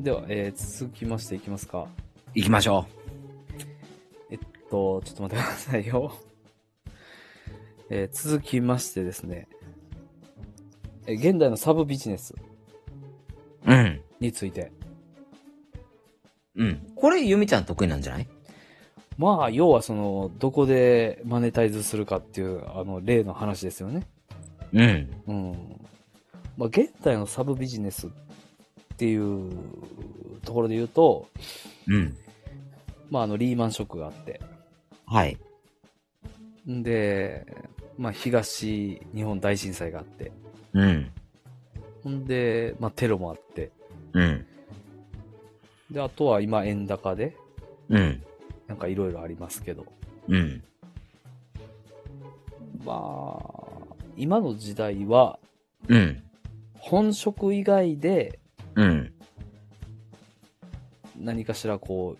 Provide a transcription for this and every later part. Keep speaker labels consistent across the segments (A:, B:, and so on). A: では、えー続きましていきますか。
B: 行きましょ
A: えっと、ちょっと待ってくださいよ。 えー続きましてですね、えー現代のサブビジネス
B: う。うん。
A: について。
B: うん。これ、ゆみちゃん得意なんじゃない
A: まあ、要はその、どこでマネタイズするかっていう、あの、例の話ですよね。
B: うん。
A: うん。まあ、現代のサブビジネスっていうところで言うと、
B: うん。
A: まあ、あの、リーマンショックがあって。
B: はい。
A: んで、まあ、東日本大震災があって。
B: うん。
A: ほんで、まあ、テロもあって。
B: うん。
A: で、あとは今、円高で、
B: うん。
A: なんかいろいろありますけど。
B: うん。
A: まあ、今の時代は、
B: うん。
A: 本職以外で
B: うん。
A: 何かしらこ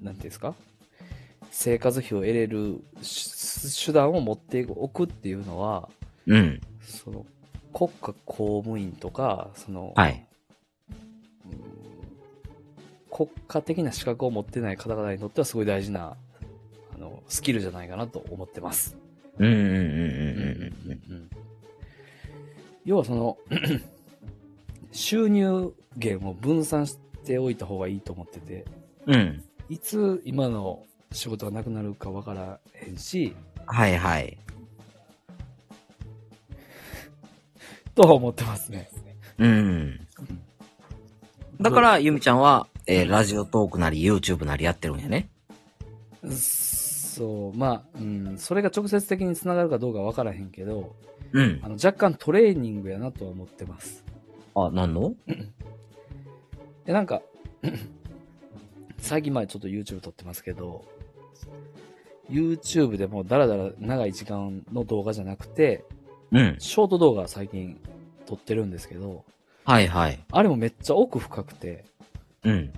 A: う、なんていうんですか生活費を得れるし手段を持っておくっていうのは、
B: うん。
A: その、国家公務員とか、その、
B: はい。
A: うん国家的な資格を持ってない方々にとってはすごい大事な、あの、スキルじゃないかなと思ってます。
B: うんうんうんうんうん。
A: 要はその 収入源を分散しておいた方がいいと思ってて
B: うん。
A: いつ今の仕事がなくなるかわからへんし
B: はいはい。
A: とは思ってますね
B: うん。だから、ゆみちゃんは、えーラジオトークなり YouTube なりやってるんやね。
A: そうまあ、うん、それが直接的につながるかどうかわからへんけど
B: うん
A: あ。の若干トレーニングやなとは思ってます
B: あ、なんの
A: でなんか 最近までちょっと YouTube 撮ってますけど YouTube でもうだらだら長い時間の動画じゃなくて
B: うん。
A: ショート動画最近撮ってるんですけど
B: はいはい。
A: あれもめっちゃ奥深くて
B: うん。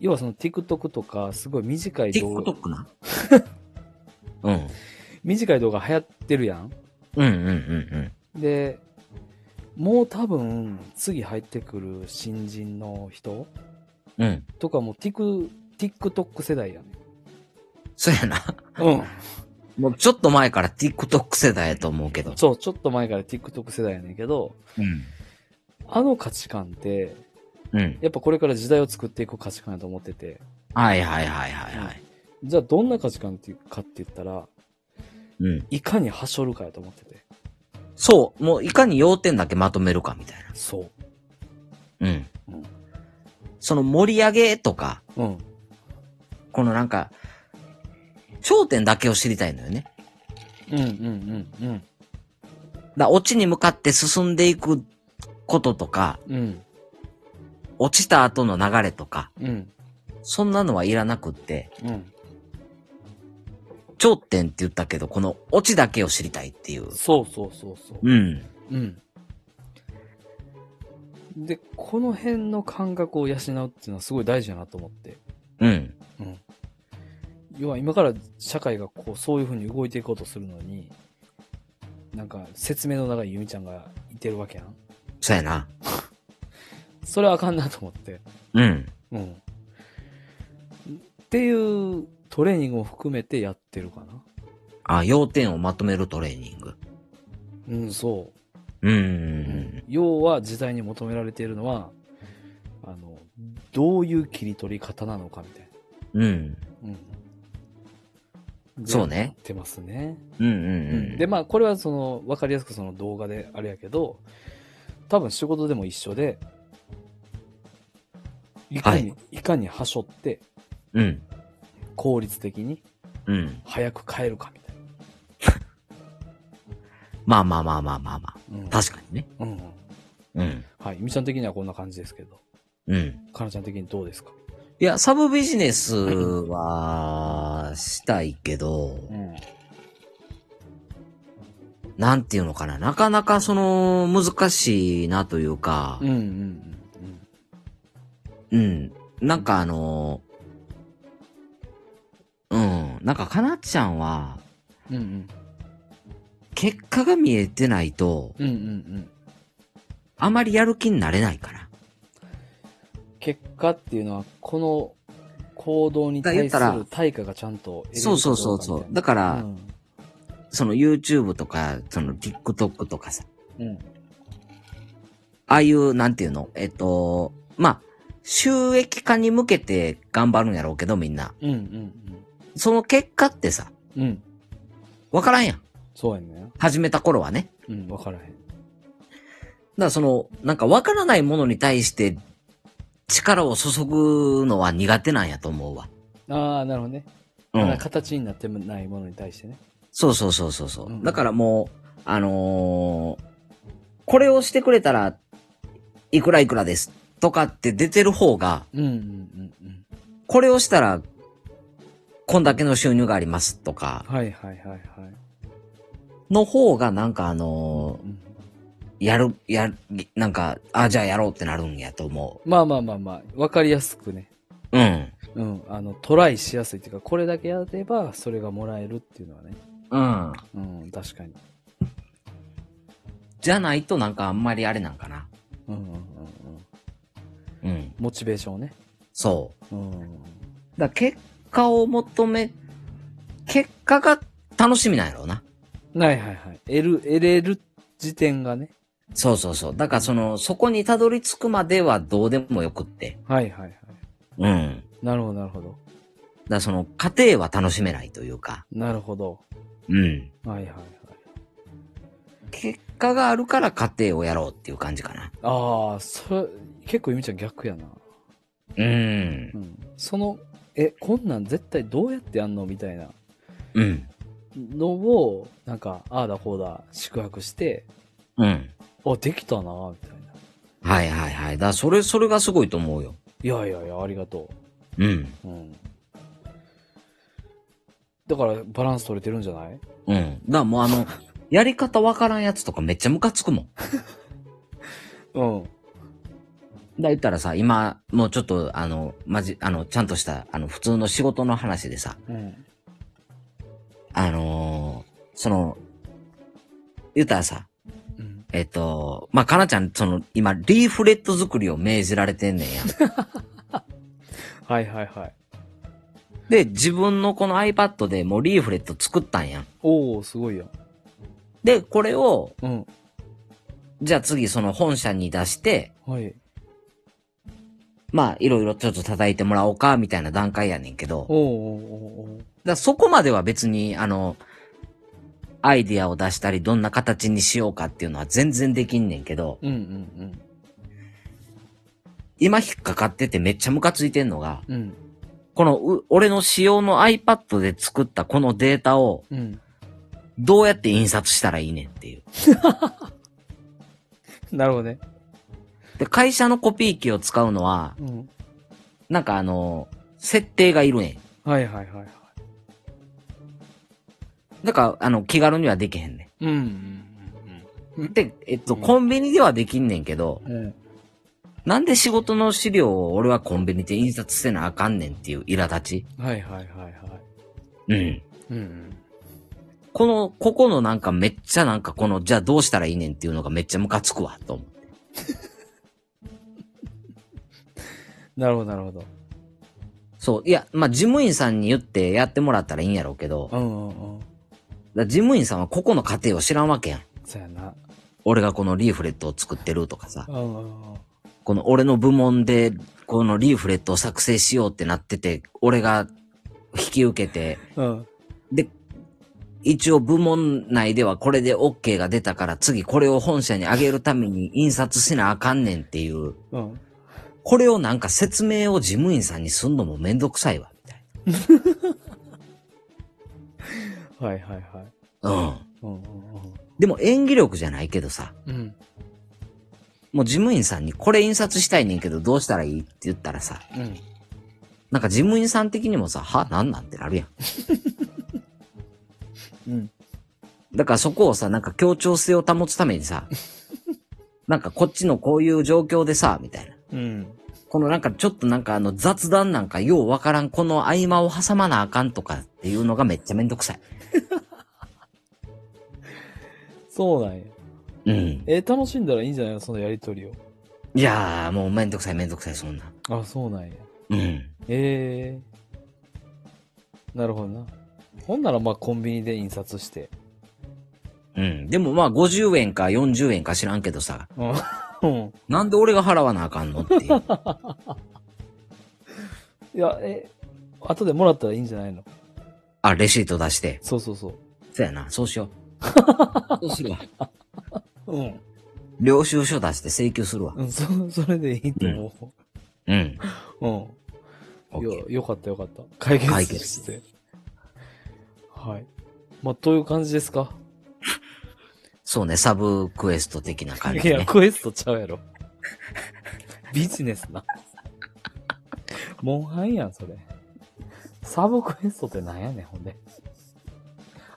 A: 要はその TikTok とかすごい短い動画
B: TikTok な。うん。
A: 短い動画流行ってるやん
B: うんうんうん
A: でもう多分次入ってくる新人の人
B: うん。うん。
A: とかも Tik- TikTok 世代やね
B: そうやな。
A: うん
B: もうちょっと前から TikTok 世代やと思うけど。
A: そう、ちょっと前から TikTok 世代やねんけど、
B: うん。
A: あの価値観って、
B: うん。
A: やっぱこれから時代を作っていく価値観やと思ってて、
B: はいはいはいはいはい。
A: じゃあどんな価値観っていうかって言ったら、
B: うん。
A: いかにはしょるかやと思ってて。
B: そう。もういかに要点だけまとめるかみたい
A: そう。
B: な。うん
A: うん。
B: その盛り上げとか、
A: うん。
B: このなんか、焦点だけを知りたいのよね。
A: うんうんうん
B: だ落ちに向かって進んでいくこととか、
A: うん。うん。
B: 落ちた後の流れとか、
A: うん。
B: そんなのはいらなくって、
A: うん。
B: 頂点って言ったけど、この落ちだけを知りたいっていう。
A: そうそうそうそう。
B: うん。
A: うん。で、この辺の感覚を養うっていうのはすごい大事だなと思って。
B: うん。
A: うん。要は今から社会がこう、そういうふうに動いていこうとするのに、なんか説明の中にゆみちゃんがいてるわけやん。
B: そうやな。
A: それはあかんなと思って。
B: うん。
A: うん。っていうトレーニングも含めてやってるかな。
B: あ、要点をまとめるトレーニング。
A: うん、そうう。
B: ん。
A: 要は時代に求められているのは、あの、どういう切り取り方なのかみたい
B: うん。
A: な。うん。
B: そう。ね
A: やっ。てますね。
B: うんうんうん。
A: で、まあ、これはその、わかりやすくその動画であれやけど、多分仕事でも一緒で、いかに、い、かにはしょって、
B: うん。
A: 効率的に、
B: うん。
A: 早く帰るかみたい
B: まあまあまあまあまあま
A: な。うん
B: あ。確かにね。
A: うんうん。
B: うん。
A: はい。みちゃん的にはこんな感じですけど、
B: うん。
A: かなちゃん的にどうですか
B: いや、サブビジネスは、したいけど、
A: ん。
B: なんていうのかな。なかなかその、難しいなというか
A: うんう、んうん
B: うん。なんかあの、うん。なんかかなっちゃんは、
A: うん。うんうん。
B: 結果が見えてないと、
A: うんうん
B: あまりやる気になれないから。
A: 結果っていうのは、この行動に
B: だ
A: 対す
B: から言
A: る
B: っ
A: 対価がちゃんと得れるか
B: そ
A: ど
B: うそうそうそう
A: か。み
B: だか
A: たい
B: ら、
A: な
B: その YouTube とか、その TikTok とかさ、
A: うん。うん。
B: ああいう、なんていうのえっと、まあ、収益化に向けて頑張るんやろうけど、みんな。
A: うん。
B: その結果ってさ、
A: うん。うん。
B: わからんやん。
A: そうやね。
B: 始めた頃はね。
A: うん、わからへん。
B: だからその、なんかわからないものに対して力を注ぐのは苦手なんやと思うわ。
A: ああ、なるほどね。
B: う
A: まだ
B: ん。
A: 形になってもないものに対してね。
B: そうそうそうそうそうう。
A: ん
B: だからもう、あのーこれをしてくれたら、いくらいくらですとかって出てる方が、
A: うんうんうんうん。
B: これをしたら、こんだけの収入がありますとか、
A: はいはいはいはい。
B: の方がなんかあの
A: うん
B: ーやる、やる、なんか、あ、じゃあやろうってなるんやと思
A: まあまあまあまあ、わかりやすくね。
B: う。うん。
A: うん。あの、トライしやすいっていうか、これだけやれば、それがもらえるっていうのはね。
B: うん。
A: うん、確かに。
B: じゃないとなんかあんまりあれなんかな。
A: うんうんうんうん。
B: うん。
A: モチベーションね。
B: そう。
A: うん。
B: だから結果を求め、結果が楽しみなんやろうな。
A: はいはいはい。得る、得れる時点がね。
B: そうそうそう。だからその、そこにたどり着くまではどうでもよくって。
A: はいはいはい。
B: うん。
A: なるほどなるほど。
B: だからその、過程は楽しめないというか。
A: なるほど。
B: うん。
A: はいはいはい。
B: 結果があるから過程をやろうっていう感じかな。
A: ああ、それ、結構ゆみちゃん逆やな。
B: うん
A: う。ん。その、え、こんなん絶対どうやってやんのみたいな
B: うん。
A: のを、なんか、ああだこうだ、宿泊して、
B: うん。
A: あ、できたな、みたいな。
B: はいはいはい。だからそれ、それがすごいと思うよ。
A: いやいやいや、ありがと
B: うん。
A: う。うん。だから、バランス取れてるんじゃない
B: うん。だからもうあの、やり方わからんやつとかめっちゃムカつくもん。
A: うん。
B: だ、言ったらさ、今、もうちょっと、あの、まじ、あの、ちゃんとした、あの、普通の仕事の話でさ、
A: うん。
B: あのーその、言ったらさ、
A: うん。
B: えっと、まあ、かなちゃん、その、今、リーフレット作りを命じられてんねんや。
A: はいはいはい。
B: で、自分のこの iPad でもうリーフレット作ったんや。
A: おー、すごいやん。
B: で、これを、
A: うん。
B: じゃあ次、その本社に出して、
A: はい。
B: まあ、いろいろちょっと叩いてもらおうか、みたいな段階やねんけど、
A: おーおーおーおー
B: だからそこまでは別に、あの、アイディアを出したり、どんな形にしようかっていうのは全然できんねんけど、
A: うんうん
B: 今引っかかっててめっちゃムカついてんのが、
A: うん。うん。
B: このう、俺の使用の iPad で作ったこのデータを、
A: うん。
B: どうやって印刷したらいいねんっていう。
A: なるほどね。
B: で、会社のコピー機を使うのは、
A: うん。
B: なんかあの、設定がいるねん。
A: はいはいはいはい。
B: だから、あの、気軽にはできへんね
A: うん。
B: ん。で、えっと、
A: うん
B: コンビニではできんねんけど、
A: うん。うん。
B: なんで仕事の資料を俺はコンビニで印刷せなあかんねんっていう苛立ち。
A: はいはいはいはい。
B: うん。
A: うん。
B: この、ここのなんかめっちゃなんかこの、じゃあどうしたらいいねんっていうのがめっちゃムカつくわ、と思う。
A: なるほどなるほど。
B: そう。いや、まあ、事務員さんに言ってやってもらったらいいんやろうけど、
A: うんうんうん。
B: だから事務員さんはここの過程を知らんわけやん。
A: そうやな。
B: 俺がこのリーフレットを作ってるとかさ、
A: うんうんうん。
B: この俺の部門でこのリーフレットを作成しようってなってて、俺が引き受けて、
A: うん。
B: で、一応部門内ではこれで OK が出たから次これを本社にあげるために印刷しなあかんねんっていう、
A: うん。
B: これをなんか説明を事務員さんにすんのもめんどくさいわ、みたい
A: はいはいはい。
B: な。うん。
A: うんうん
B: でも演技力じゃないけどさ、
A: うん。うん。
B: もう事務員さんにこれ印刷したいねんけどどうしたらいいって言ったらさ、
A: うん。
B: なんか事務員さん的にもさ、はなんなんってなるやん。
A: うん。
B: だからそこをさ、なんか協調性を保つためにさ、なんかこっちのこういう状況でさ、みたいな。
A: うん。
B: このなんかちょっとなんかあの雑談なんかようわからんこの合間を挟まなあかんとかっていうのがめっちゃめんどくさい。
A: そうなんや。
B: うん。
A: えー楽しんだらいいんじゃないのそのやりとりを。
B: いやー、もうめんどくさいめんどくさい、そんなん。
A: あ、そうなんや。
B: うん。
A: えー。なるほどな。ほんならまあコンビニで印刷して。
B: うん。でもまあ、50円か40円か知らんけどさ、
A: うん。うん
B: なんで俺が払わなあかんのって いう。
A: いや、え、後でもらったらいいんじゃないの
B: あ、レシート出して。
A: そうそうそう。
B: そうやな、そうしよ う。そうするわ。
A: うん。
B: 領収書出して請求するわ。
A: うん、そ、それでいいと思
B: うん。
A: う。うん。
B: オ
A: い
B: ッケ
A: や
B: ー。、
A: よかったよかった。解
B: 解
A: 決
B: 決
A: して。はい。まあ、という感じですか。
B: そうね、サブクエスト的な感じ
A: いや、
B: ね。
A: クエストちゃうやろ。ビジネスな。モンハンやん、それ。サブクエストってなんやねん、ほんで。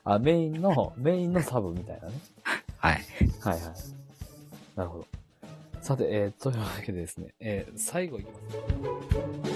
A: あ、メインの、メインのサブみたいなね。
B: はい。
A: はいはい。なるほど。さて、えーというわけでですね、えー最後いきます。